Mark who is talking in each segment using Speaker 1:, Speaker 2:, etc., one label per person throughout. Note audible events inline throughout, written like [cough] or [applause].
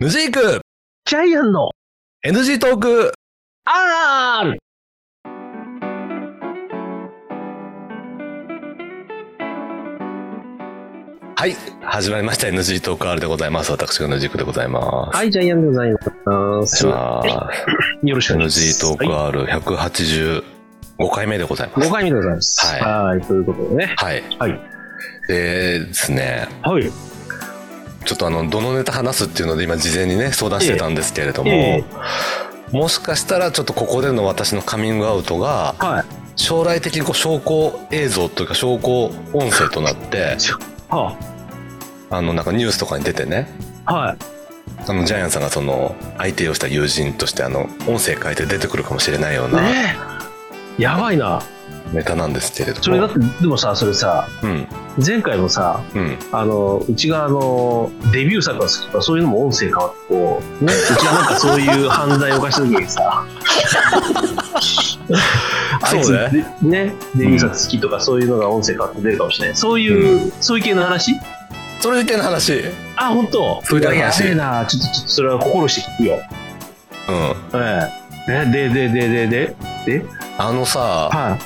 Speaker 1: ヌジーク
Speaker 2: ジャイアンの
Speaker 1: NG トーク
Speaker 2: R!
Speaker 1: はい始まりました NG トーク R でございます私がヌジークでございます
Speaker 2: はい、ジャイアンでございます。よ
Speaker 1: さあ
Speaker 2: ろしくお願いし
Speaker 1: NG
Speaker 2: ます。
Speaker 1: トー
Speaker 2: は
Speaker 1: ク R185 回目でございま
Speaker 2: い、
Speaker 1: す
Speaker 2: 5回目でございます。
Speaker 1: はい
Speaker 2: はい、ということでね。
Speaker 1: はい、
Speaker 2: はい
Speaker 1: でですね
Speaker 2: はい。
Speaker 1: ちょっとあのどのネタ話すっていうので今事前にね相談してたんですけれども、
Speaker 2: ええ
Speaker 1: もしかしたらちょっとここでの私のカミングアウトが
Speaker 2: は
Speaker 1: 将来的にこう証拠映像というか証拠音声となって
Speaker 2: い。は
Speaker 1: あのなんかニュースとかに出てね
Speaker 2: あ、はい。
Speaker 1: あのジャイアンさんがその相手をした友人としてあの音声変えて出てくるかもしれないような
Speaker 2: ねえ。やばいな。
Speaker 1: ネタなんですけれども
Speaker 2: それだって、でもさ、それさ、
Speaker 1: うん
Speaker 2: 前回もさ、
Speaker 1: うん
Speaker 2: あの、うちがあの、デビュー作が好きとか、そういうのも音声変わって、こう、ね、うちがなんかそういう犯罪を犯した時に [laughs] さ、あいつ
Speaker 1: そうね
Speaker 2: でね、デビュー作好きとか、そういうのが音声変わって出るかもしれない。そういう、そういう系の話
Speaker 1: それだけの話うん
Speaker 2: あ、本当
Speaker 1: そういう話
Speaker 2: やべえな、ちょっと、ちょっと、それは心して聞くよ。ええ。で、で、で、で、で、で、で、
Speaker 1: あのさ
Speaker 2: は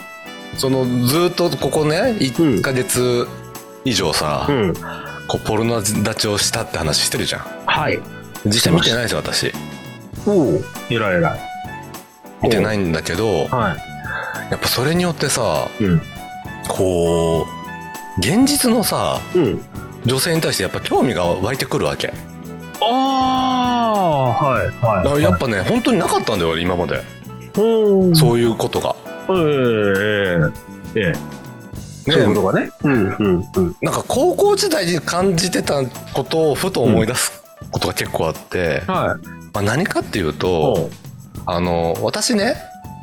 Speaker 1: そのずーっとここね1ヶ月以上さ、
Speaker 2: い。うん。
Speaker 1: こうポルノ立ちをしたって話してるじゃん
Speaker 2: はい。
Speaker 1: 実際見てないですよ私
Speaker 2: おう。えらいえらい。
Speaker 1: 見てないんだけど
Speaker 2: は
Speaker 1: やっぱそれによってさ
Speaker 2: い。うん。
Speaker 1: こう現実のさ
Speaker 2: うん。
Speaker 1: 女性に対してやっぱ興味が湧いてくるわけ
Speaker 2: ああ、はい、
Speaker 1: だ
Speaker 2: は
Speaker 1: か
Speaker 2: い。
Speaker 1: らやっぱね本当になかったんだよ俺今まで
Speaker 2: うん。
Speaker 1: そういうことが。
Speaker 2: ええええええ
Speaker 1: ね
Speaker 2: そういうことがね。うんうんうん。
Speaker 1: なんか高校時代に感じてたことをふと思い出すことが結構あって、
Speaker 2: はい。
Speaker 1: まあ、何かっていうと、あの私ね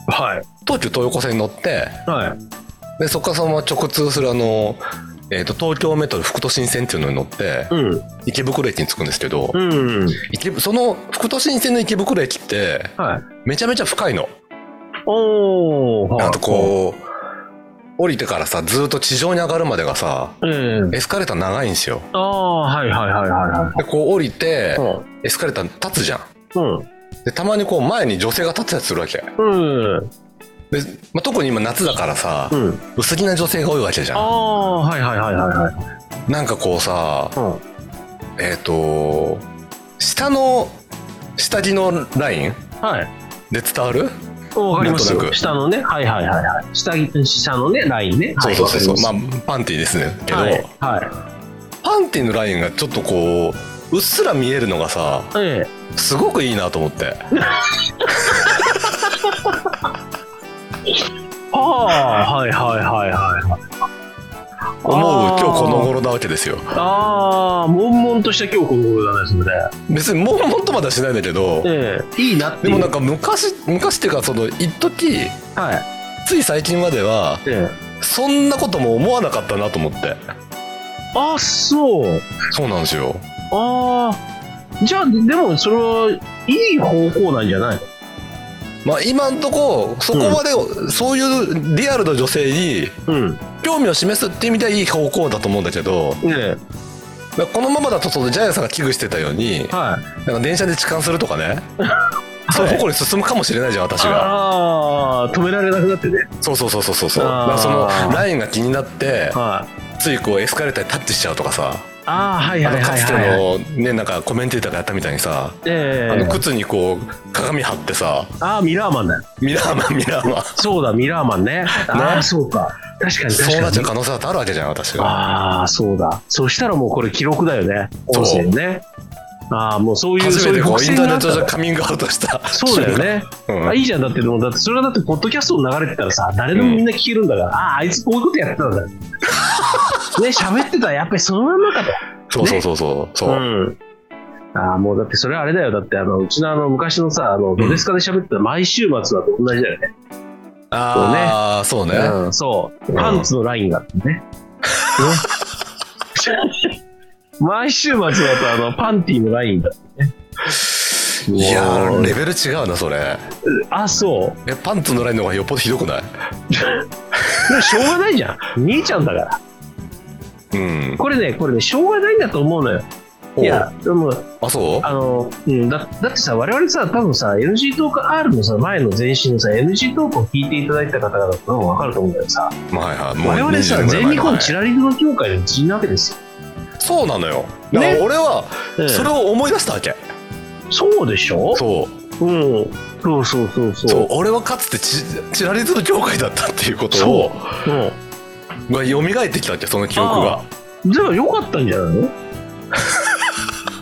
Speaker 2: はい。
Speaker 1: 東急東横線に乗って
Speaker 2: はい。
Speaker 1: でそこからそのまま直通するあの、えー、と東京メトロ副都心線っていうのに乗って
Speaker 2: うん。
Speaker 1: 池袋駅に着くんですけど、
Speaker 2: うん。
Speaker 1: 池その副都心線の池袋駅って
Speaker 2: はい。
Speaker 1: めちゃめちゃ深いの。
Speaker 2: おお。
Speaker 1: なんとこう降りてからさずーっと地上に上がるまでがさ
Speaker 2: う。ええ
Speaker 1: エスカレーター長いんですよ。
Speaker 2: ああ、はいはいはいはいは
Speaker 1: でこう降りて
Speaker 2: い。
Speaker 1: エスカレーター立つじゃん。
Speaker 2: うん。
Speaker 1: でたまにこう前に女性が立ってたりするわけで、
Speaker 2: うん。うん。
Speaker 1: まあ、特に今夏だからさ、
Speaker 2: うん。
Speaker 1: 薄着な女性が多いわけじ
Speaker 2: あ
Speaker 1: ゃ
Speaker 2: あ、はいはいはいはいはい。
Speaker 1: んなんかこうさ
Speaker 2: うん。
Speaker 1: えっ、と下の下着のライン
Speaker 2: はい。
Speaker 1: で伝わる、
Speaker 2: わかります
Speaker 1: なんとな
Speaker 2: よ。
Speaker 1: く
Speaker 2: 下のね。はいはいはいはい。下着、下のね、ラインね。はい
Speaker 1: そうそうそうそう
Speaker 2: わ
Speaker 1: まあパンティーですねけど、
Speaker 2: かりますはい。は
Speaker 1: パンティーのラインがちょっとこううっすら見えるのがさ
Speaker 2: い。え
Speaker 1: すごくいいなと思って
Speaker 2: え。ああ、はいはいはいはいはい。
Speaker 1: 思う今
Speaker 2: あー
Speaker 1: 日この頃なわけですよ
Speaker 2: ああ、悶々とした今日この頃だね、それね。
Speaker 1: 別にもんもんとまだしないんだけど
Speaker 2: ええ、いいなって
Speaker 1: で
Speaker 2: い
Speaker 1: も
Speaker 2: う
Speaker 1: なんか昔昔っていうかその一時
Speaker 2: はい、
Speaker 1: つい最近までは
Speaker 2: ええ、
Speaker 1: そんなことも思わなかったなと思って。
Speaker 2: あそう
Speaker 1: そうなんですよ。
Speaker 2: ああじゃあでもそれはいい方向なんじゃない
Speaker 1: まあ今んとこ、そこまで、そういうリアルな女性に
Speaker 2: うん
Speaker 1: 興味を示すって意味ではいい方向だと思うんだけど、
Speaker 2: え
Speaker 1: まあこのままだとそのジャイアンさんが危惧してたように
Speaker 2: え、はい
Speaker 1: なんか電車で痴漢するとかね、そういう方向に進むかもしれないじゃん、私が。
Speaker 2: ああ止められなくなってね
Speaker 1: そうそうそうそうそう。そうだ
Speaker 2: あー
Speaker 1: からそのラインが気になって、
Speaker 2: はい
Speaker 1: ついこうエスカレーターにタッチしちゃうとかさ、
Speaker 2: ああはい
Speaker 1: あ
Speaker 2: はい
Speaker 1: のか
Speaker 2: はい
Speaker 1: つて
Speaker 2: は
Speaker 1: の
Speaker 2: い
Speaker 1: ね、なんかコメンテーターがやったみたいにさ、
Speaker 2: え
Speaker 1: あ
Speaker 2: え
Speaker 1: の靴にこう鏡貼ってさ、
Speaker 2: ああミラーマンだよ
Speaker 1: ミラーマン、ミラーマン。
Speaker 2: そうだミラーマンねああそうか確かに
Speaker 1: そうなっ
Speaker 2: 確
Speaker 1: ちゃう可
Speaker 2: かに
Speaker 1: 能性だってあるわけじゃん、私が。
Speaker 2: ああそうだそしたらもうこれ記録だよね
Speaker 1: そう
Speaker 2: 音声ねああもうそういう
Speaker 1: 初
Speaker 2: そう
Speaker 1: め
Speaker 2: い
Speaker 1: て
Speaker 2: う
Speaker 1: こ
Speaker 2: 伏
Speaker 1: うイン
Speaker 2: 線
Speaker 1: ターネ
Speaker 2: が
Speaker 1: ッ
Speaker 2: あった
Speaker 1: ト
Speaker 2: んだ
Speaker 1: 上カミングアウトした。
Speaker 2: そうだよ。ね
Speaker 1: うん
Speaker 2: あいいじゃんだってでもだってそれはだってポッドキャストの流れてたらさ誰でもみんな聞けるんだから、あああいつこういうことやってたん [laughs] だよね喋ってたらやっぱりそのまんまか
Speaker 1: そ
Speaker 2: と
Speaker 1: うそうそうそう。そううん
Speaker 2: ああもうだってそれはあれだよだってあのうちのあの昔のさあのドデスカで喋ってた毎週末はと同じだよね、
Speaker 1: ああ、そうね。
Speaker 2: うん、そう
Speaker 1: うん
Speaker 2: パンツのラインがあってね
Speaker 1: [laughs]
Speaker 2: ね毎週末だとあのパンティーのラインが
Speaker 1: いや
Speaker 2: もう
Speaker 1: ー、レベル違うな、それ。
Speaker 2: あそう
Speaker 1: え、パンツのラインの方がよっぽどひどくない
Speaker 2: でもしょうがないじゃん見えちゃうんだから
Speaker 1: うん。
Speaker 2: これねこれねしょうがないんだと思うのよ
Speaker 1: おう
Speaker 2: いや、でも、
Speaker 1: あ、そう
Speaker 2: あの、うん、だだってさ、我々さ、多分さ、NG トーク R のさ、前の前身のさ、NG トークを聞いていただいた方々とかも分かると思うんだけどさ、
Speaker 1: まあはいはい。もう
Speaker 2: 我々
Speaker 1: 20
Speaker 2: さ、
Speaker 1: 年ぐらい
Speaker 2: 全
Speaker 1: 前
Speaker 2: 日
Speaker 1: の
Speaker 2: 本
Speaker 1: はい
Speaker 2: チラリズム協会の一員なわけですよ。
Speaker 1: そうなのよ。だから
Speaker 2: ね
Speaker 1: 俺は、それを思い出したわけ。
Speaker 2: そうでしょ
Speaker 1: そう。
Speaker 2: うん。そうそうそうそう。
Speaker 1: そう俺はかつてチチラリズム協会だったっていうことを
Speaker 2: うん
Speaker 1: が蘇ってきたっけその記憶が
Speaker 2: じゃあ良かったんじゃないの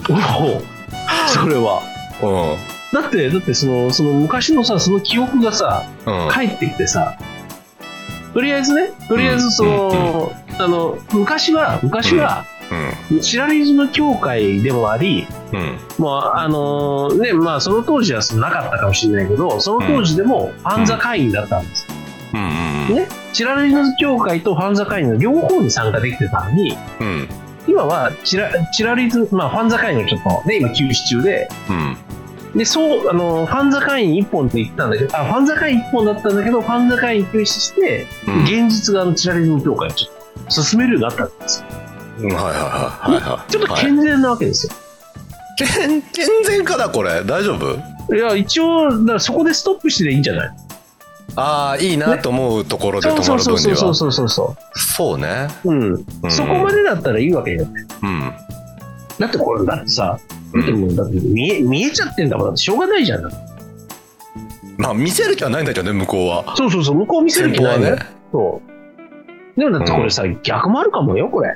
Speaker 2: おうそれは。
Speaker 1: うん
Speaker 2: だって、だってその、その昔のさ、その記憶がさ、
Speaker 1: うん
Speaker 2: 帰ってきてさ、とりあえずね、とりあえずその、あの、昔は、昔は、チラリズム協会でもあり、
Speaker 1: うんうん
Speaker 2: まあ、あのね、まあ、その当時はなかったかもしれないけど、その当時でもファンザ会員だったんです。
Speaker 1: うんうん
Speaker 2: ねチラリズム協会とファンザ会員の両方に参加できてたのに、
Speaker 1: うん
Speaker 2: 今はチラチラリズム、まあ、ファンザ会員がちょっとね、今休止中で、
Speaker 1: うん
Speaker 2: で、そう、あの、ファンザ会員1本って言ってたんだけど、あ、ファンザ会員1本だったんだけど、ファンザ会員休止して、
Speaker 1: うん
Speaker 2: 現実側のチラリズム協会をちょっと進めるようになったんですよ。
Speaker 1: うんはいはいはいはいはい
Speaker 2: ちょっと
Speaker 1: はい
Speaker 2: 健全なわけですよ。
Speaker 1: 健健全かなこれ大丈夫
Speaker 2: い、や、一応、だからそこでストップしていいんじゃない
Speaker 1: ああいいなと思うところで
Speaker 2: そう
Speaker 1: 止
Speaker 2: そ
Speaker 1: ま
Speaker 2: う
Speaker 1: る
Speaker 2: そう
Speaker 1: 分に
Speaker 2: そうそう
Speaker 1: は
Speaker 2: そうそうそ
Speaker 1: そうね
Speaker 2: う。うん。
Speaker 1: うん
Speaker 2: そこまでだったらいいわけよ。
Speaker 1: うん
Speaker 2: だってこれ、だってさ、
Speaker 1: う
Speaker 2: だって
Speaker 1: ん
Speaker 2: もう、だって見え、見えちゃってんだもん。だってしょうがないじゃん。
Speaker 1: まあ見せる気はないんだけどね向こうは
Speaker 2: そうそうそう、向こう見せる
Speaker 1: 先
Speaker 2: 気
Speaker 1: 方
Speaker 2: な
Speaker 1: はい
Speaker 2: ね
Speaker 1: ね。
Speaker 2: そう。でもだってこれさ、逆もあるかもよ、これ。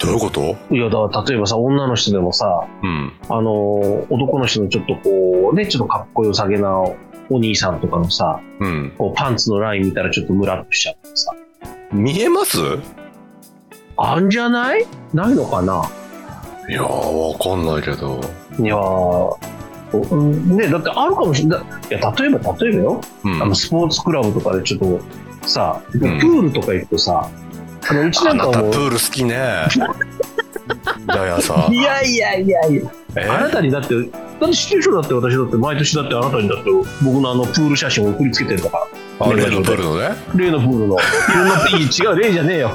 Speaker 1: どういうこと
Speaker 2: いや、だから例えばさ、女の人でもさ、
Speaker 1: うん
Speaker 2: あのー男の人のちょっとこう、ね、ちょっとかっこよさげなお兄さんとかのさ、
Speaker 1: うん
Speaker 2: こうパンツのライン見たらちょっとムラっとしちゃってさ。
Speaker 1: 見えます
Speaker 2: あんじゃないないのかない
Speaker 1: やーわかんないけど
Speaker 2: いやー、うんね、だってあるかもしれない。いや、例えば、例えばよ。
Speaker 1: うん
Speaker 2: あの、スポーツクラブとかでちょっと、さ、プ
Speaker 1: ん
Speaker 2: ールとか行くとさ、あの、うちな
Speaker 1: あ
Speaker 2: んか
Speaker 1: なた
Speaker 2: もう
Speaker 1: プ、ール好きね [laughs] ダイアンさん
Speaker 2: いやいやいやいや。
Speaker 1: え
Speaker 2: あなたにだって、だって視聴者だって私だって、毎年だってあなたにだって、僕のあのプール写真を送りつけてるんだから。
Speaker 1: あれのプールのね
Speaker 2: 例のプールの。いろんな、いい違う、例じゃねえよ。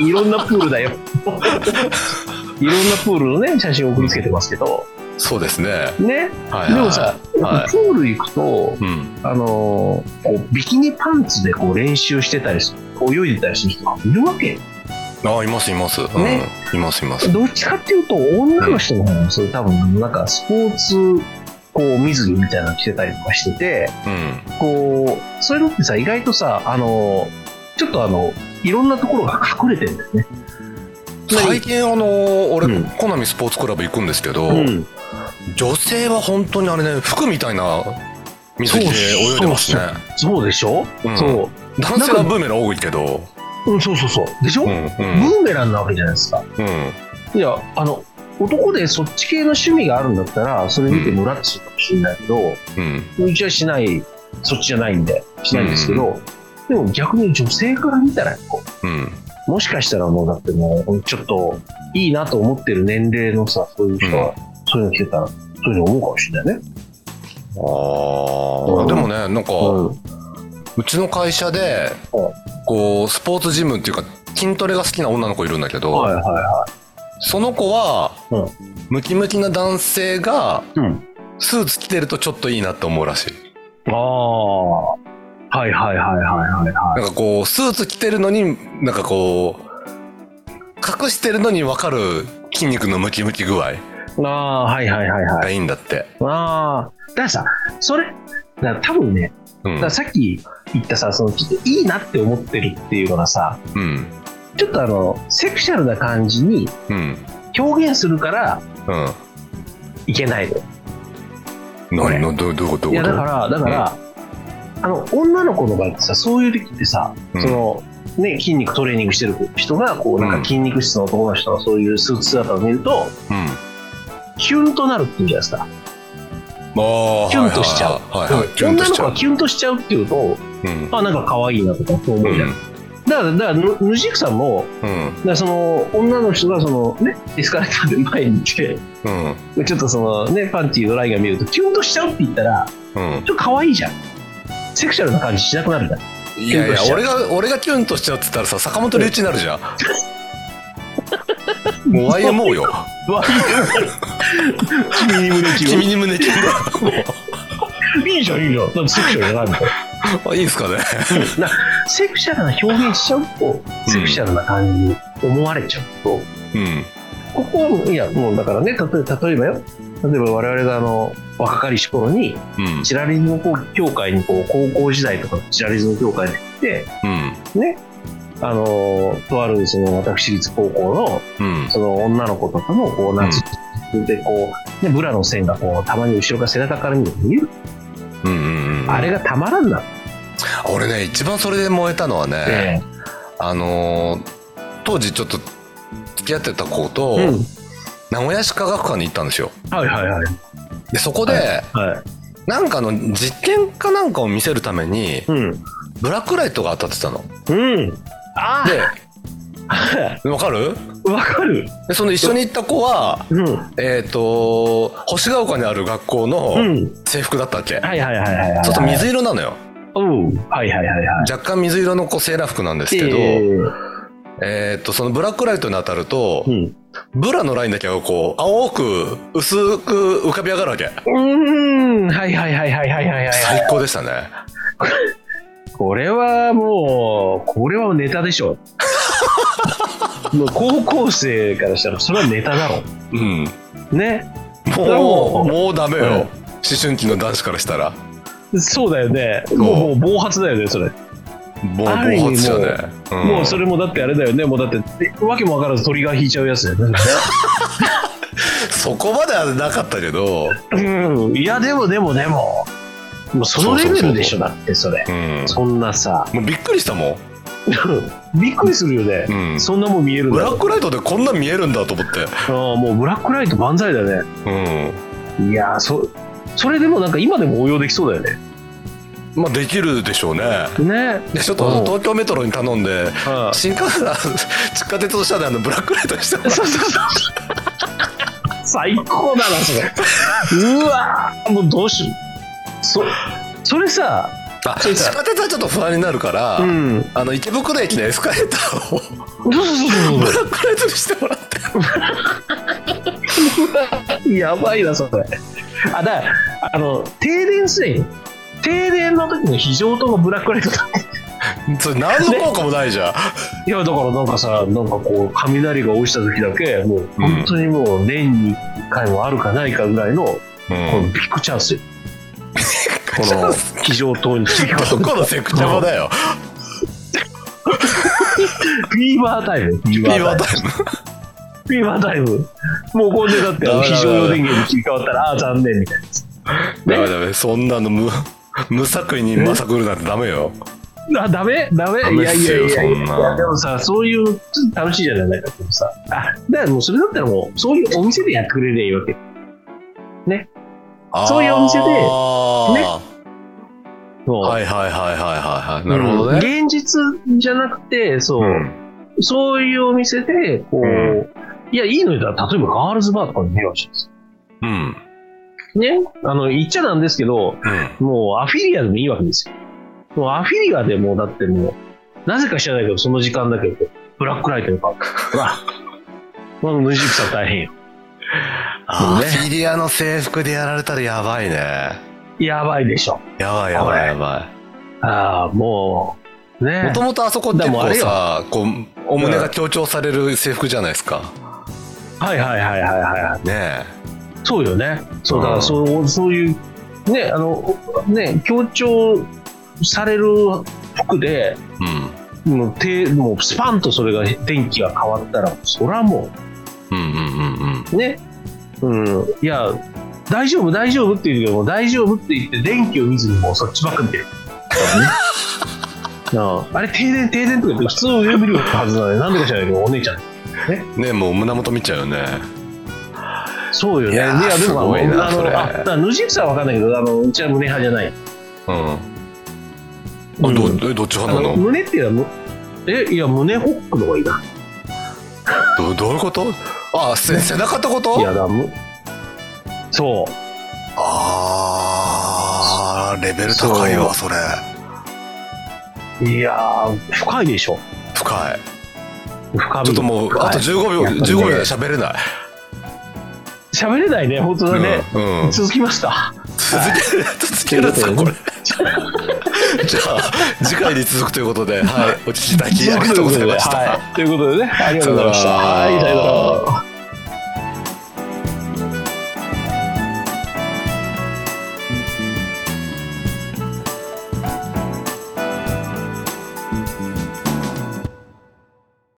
Speaker 2: いろんなプールだよ。いろんなプールのね、写真を送りつけてますけど。
Speaker 1: そうですねはい
Speaker 2: ね。
Speaker 1: はい
Speaker 2: でもさ、
Speaker 1: はい
Speaker 2: プール行くと、
Speaker 1: うん
Speaker 2: あのーこうビキニパンツでこう練習してたりする、泳いでたりする人がいるわけ。
Speaker 1: あいますいます、うん
Speaker 2: ね
Speaker 1: いますいます
Speaker 2: どっちかっていうと、女の人の方もそういう多分、なんかスポーツ、こう、水着みたいなの着てたりとかしてて、
Speaker 1: うん
Speaker 2: こう、そういうのってさ、意外とさ、あの、ちょっとあの、いろんなところが隠れてるんだよね。
Speaker 1: 最近あのー俺、
Speaker 2: うん
Speaker 1: コナミスポーツクラブ行くんですけど、
Speaker 2: うん、
Speaker 1: 女性は本当にあれね服みたいな水着で泳いでますね
Speaker 2: そうそうでしょ、
Speaker 1: うん
Speaker 2: そ
Speaker 1: 男性はブーメラン多いけど
Speaker 2: う、うん、そうそうそう。でしょ、
Speaker 1: うんうん
Speaker 2: ブーメランなわけじゃないですか。
Speaker 1: うん
Speaker 2: いや、あの、男でそっち系の趣味があるんだったら、それ見てもらってするかもしれないけど、
Speaker 1: うん
Speaker 2: うちはしない、そっちじゃないんで、しないんですけど、でも逆に女性から見たら、こ
Speaker 1: うん
Speaker 2: うもしかしたらもうだってもう、ちょっといいなと思ってる年齢のさ、そういう人が、そういうの着てたら、そういうの思うかもしれないね。
Speaker 1: あー
Speaker 2: うん
Speaker 1: でもねなんか、う
Speaker 2: うん
Speaker 1: ちの会社で
Speaker 2: うん
Speaker 1: こうスポーツジムっていうか筋トレが好きな女の子いるんだけど、
Speaker 2: はいはいは
Speaker 1: その子は、
Speaker 2: うん
Speaker 1: ムキムキな男性が
Speaker 2: い。うん。
Speaker 1: スーツ着てるとちょっといいなって思うらしい。
Speaker 2: ああ。はいはいはいはいはいは
Speaker 1: なんかこう、スーツ着てるのに、なんかこう、隠してるのに分かる筋肉のムキムキ具合
Speaker 2: い。ああ、はいはいはいは
Speaker 1: が
Speaker 2: い。
Speaker 1: いいんだって。
Speaker 2: ああ。だからさ、それ、だから多分ね、
Speaker 1: う
Speaker 2: だ
Speaker 1: ん
Speaker 2: から。さっき言ったさ、そのちょっといいなって思ってるっていうのがさ、
Speaker 1: うん。
Speaker 2: ちょっとあの、セクシャルな感じに
Speaker 1: うん。
Speaker 2: 表現するから
Speaker 1: うん。
Speaker 2: いけないのよ。
Speaker 1: 何の、どうどういうこと
Speaker 2: いや、だから、だから、あの、女の子の場合ってさ、そういう時ってさ、
Speaker 1: うん
Speaker 2: その、ね、筋肉トレーニングしてる人が、こう、なん
Speaker 1: うん
Speaker 2: か筋肉質の男の人のそういうスーツ姿を見ると、
Speaker 1: うん。
Speaker 2: キュンとなるって言うんじゃないですか。
Speaker 1: ああ、
Speaker 2: キュンとしちゃう
Speaker 1: はいはいはい。キュンと
Speaker 2: 女
Speaker 1: し
Speaker 2: の
Speaker 1: ち
Speaker 2: 子
Speaker 1: ゃ
Speaker 2: が
Speaker 1: う。
Speaker 2: キュンとしちゃうっていうと、
Speaker 1: うん。
Speaker 2: あ、なんか可愛いなとか、そう
Speaker 1: う
Speaker 2: 思うじゃん。
Speaker 1: ん。
Speaker 2: だから、だからぬ、ヌジクさんも、
Speaker 1: うん
Speaker 2: だからその、女の人が、その、ね、エスカレーターで前に来て、
Speaker 1: うん。
Speaker 2: ちょっとその、ね、パンティーのラインが見ると、キュンとしちゃうって言ったら、
Speaker 1: うん。
Speaker 2: ちょっと可愛いじゃん。セクシャルな感じしなくなるじゃん。
Speaker 1: いやい
Speaker 2: キュンとし
Speaker 1: や、
Speaker 2: ちゃう
Speaker 1: 俺が、俺がキュンとしちゃうって言ったらさ、坂本龍一になるじゃん。もう YMO よ。
Speaker 2: わ君に胸キュ
Speaker 1: 君に胸キュンだ。
Speaker 2: ン。いいじゃん、いいじゃん。だってセクシャルじゃないもん。
Speaker 1: もうあいいんすかね。
Speaker 2: なセクシャルな表現しちゃうと、セクシャルな感じに思われちゃうと、
Speaker 1: うん。
Speaker 2: ここは、いや、もうだからね、例え例えばよ、例えば我々があの、若かりし頃に、
Speaker 1: うん。
Speaker 2: チラリズム協会にこう、高校時代とかのチラリズム協会に行って、
Speaker 1: うん。
Speaker 2: あの、とあるその私立高校の、
Speaker 1: うん。
Speaker 2: その女の子とかも、こう、夏、でこう、ね、ブラの線がこう、たまに後ろから背中から見える。
Speaker 1: うんうんうん。
Speaker 2: あれがたまらんなっ
Speaker 1: 俺ね、一番それで燃えたのはね、
Speaker 2: て。
Speaker 1: あのー当時ちょっと付き合ってた子と、
Speaker 2: うん。
Speaker 1: 名古屋市科学館に行ったんですよ。
Speaker 2: はいはいはい。
Speaker 1: で、そこで、
Speaker 2: はい。
Speaker 1: なんかの実験かなんかを見せるために、
Speaker 2: うん。
Speaker 1: ブラックライトが当たってたの。
Speaker 2: うん。あ
Speaker 1: で、わかる
Speaker 2: あ、わかる。
Speaker 1: で、その一緒に行った子は、
Speaker 2: うん。
Speaker 1: えっ、と、星ヶ丘にある学校の
Speaker 2: うん。
Speaker 1: 制服だったわけ。
Speaker 2: はいはいはいはいはい。
Speaker 1: ちょっと水色なのよ。
Speaker 2: うん。はいはいはいはい。
Speaker 1: 若干水色のこうセーラー服なんですけど、
Speaker 2: え
Speaker 1: えっ、
Speaker 2: ー
Speaker 1: と、そのブラックライトに当たると、
Speaker 2: うん。
Speaker 1: ブラのラインだけがこう、青く、薄く浮かび上がるわけ。
Speaker 2: うーん。はいはいはいはいはいはいはい。
Speaker 1: 最高でしたね。
Speaker 2: これはもう、これはネタで
Speaker 1: [laughs]
Speaker 2: しょ。もう高校生からしたらそれはネタだろ
Speaker 1: うん。
Speaker 2: う。ね。
Speaker 1: も
Speaker 2: も
Speaker 1: う、
Speaker 2: う
Speaker 1: もうダメよ。
Speaker 2: うん
Speaker 1: 思春期の男子からしたら。
Speaker 2: そうだよね。
Speaker 1: う
Speaker 2: もう、もう暴発だよね、それ。
Speaker 1: もう、
Speaker 2: ある意味
Speaker 1: 暴発者ね。ん
Speaker 2: もうそれもだってあれだよね。もうだって、えわけもわからずトリガー引いちゃうやつだよね。
Speaker 1: そこまではなかったけど、
Speaker 2: うん。いや、でもでもでも、もうそのレベルでしょ、だってそれ。
Speaker 1: うん。
Speaker 2: そんなさ、
Speaker 1: もうびっくりしたもん。
Speaker 2: びっくりするよね
Speaker 1: う。ん。
Speaker 2: そんなもん見えるん
Speaker 1: ブ
Speaker 2: だ
Speaker 1: ラックライトでこんな見えるんだと思って。
Speaker 2: あーもうブラックライト万歳だね。
Speaker 1: う
Speaker 2: いやー、そ、それでもなんか今でも応用できそうだよね。
Speaker 1: ん。まあ、できるでしょうね。
Speaker 2: ね。
Speaker 1: で、ちょっと
Speaker 2: うん
Speaker 1: 東京メトロに頼んで、
Speaker 2: あ
Speaker 1: 新幹線、あ [laughs] 地下鉄の車であの、ブラックライトにしてもらう
Speaker 2: そうそうそう。最高だな、それ。うわー、もうどうしよう。そ、それさ、
Speaker 1: あ地下鉄はちょっと不安になるから、
Speaker 2: ん。
Speaker 1: あの、池袋駅のエスカレーター [laughs] を
Speaker 2: そうそうそう
Speaker 1: ブラックライトにしてもらって。
Speaker 2: そう。やばいな、それ。あ、だからあの、停電すでに。停電の時の非常灯がブラックライトだ。
Speaker 1: それ何の効果もないじゃん。
Speaker 2: いや、だからなんかさ、なんかこう、雷が落ちた時だけ、もう、本当にもう、年に1回もあるかないかぐらいの、このビッグチャンスよ。こ
Speaker 1: チャン
Speaker 2: の、非常灯に突き
Speaker 1: ど
Speaker 2: [laughs]
Speaker 1: このセクチャマだよ。
Speaker 2: フィーバータイム。フィ
Speaker 1: ピーワータイム。
Speaker 2: フィーバータイム。もうこれでだって
Speaker 1: ダメダメ
Speaker 2: 非常用電源に切り替わったら、ああー、残念みたい
Speaker 1: ダメダメ。そんなの無、無作為にまさくるなんてダメよ。
Speaker 2: な。あ、ダメダメ
Speaker 1: ダ
Speaker 2: い
Speaker 1: メっ
Speaker 2: やい
Speaker 1: す
Speaker 2: や
Speaker 1: よ
Speaker 2: いやいや
Speaker 1: そんな
Speaker 2: でもさ、そういう、ちょっと楽しいじゃないなんかこうさ。あ、だからもうそれだったらもう、そういうお店でやってくれりゃいいわけ。そういうお店でね
Speaker 1: あー
Speaker 2: も
Speaker 1: はいはいはいはいはいはい。なるほど
Speaker 2: う
Speaker 1: ね。
Speaker 2: 現実じゃなくて、そう、
Speaker 1: うん
Speaker 2: そういうお店で、こう、
Speaker 1: う
Speaker 2: いや、いいのよ。だから例えばガールズバーとかに目をしてです
Speaker 1: うん。
Speaker 2: ね。あの、言っちゃなんですけど、
Speaker 1: うん。
Speaker 2: もうアフィリアでもいいわけですよ。もうアフィリアでもうだってもう、なぜか知らないけど、その時間だけど、ブラックライトに変わった。ほら、まあ、無地さん大変よ。
Speaker 1: あー
Speaker 2: ね
Speaker 1: フィリアの制服でやられたらやばいね。
Speaker 2: やばいでしょ。
Speaker 1: やばいやばいやば
Speaker 2: ああ、も
Speaker 1: い。
Speaker 2: う、
Speaker 1: も
Speaker 2: ね
Speaker 1: と。もとあそこって
Speaker 2: で
Speaker 1: 結
Speaker 2: もあ
Speaker 1: 構
Speaker 2: れよ
Speaker 1: さ、こう、お胸が強調される制服じゃないですか。
Speaker 2: はいはいはいはいはいはい。
Speaker 1: ね
Speaker 2: そうよね。そうだか
Speaker 1: うん
Speaker 2: ら、そう、そういう、ね、あの、ね、強調される服で、
Speaker 1: え。うん。
Speaker 2: もう、てもうスパンとそれが、天気が変わったら、そらもう、
Speaker 1: うんうんうんうん。
Speaker 2: ね、うん、いや、大丈夫、大丈夫って言うけど、もう大丈夫って言って、電気を見ずにもうそっちばっか見
Speaker 1: [laughs]
Speaker 2: てる。ああれ、停電、停電とか言って、普通上見るはずなのに、なんでか知らないけど、お姉ちゃん。
Speaker 1: ねえ、もう胸元見ちゃうよね。
Speaker 2: そうよね。
Speaker 1: いやーすごいな
Speaker 2: あの
Speaker 1: それ
Speaker 2: あだからヌジークさんは分かんないけど、あの、うちは胸派じゃない。
Speaker 1: うん。
Speaker 2: う
Speaker 1: あ
Speaker 2: ん
Speaker 1: どえどっち
Speaker 2: あ
Speaker 1: 派な
Speaker 2: の
Speaker 1: の
Speaker 2: 胸っていうのは、むえ、いや、胸ホックの方がいいな。
Speaker 1: どどういうことあせ背中ってこと
Speaker 2: いや、だ、む、そう。
Speaker 1: あーレベル高いわそれ
Speaker 2: いやー、深いでしょ。
Speaker 1: 深い
Speaker 2: 深み
Speaker 1: ちょっともう、
Speaker 2: は
Speaker 1: あ
Speaker 2: い
Speaker 1: と15秒、
Speaker 2: やっぱりね
Speaker 1: 15秒で喋れない。
Speaker 2: 喋れないね本当だね、
Speaker 1: うん
Speaker 2: [laughs]
Speaker 1: うん
Speaker 2: 続きました
Speaker 1: 続ける、続けるんですか、これ。じゃあ、次回に続くということ
Speaker 2: [laughs]
Speaker 1: で、はい、お聞きいただきありがとうございました。
Speaker 2: はいということでねありがとうございました
Speaker 1: さよなら
Speaker 2: はいさよなら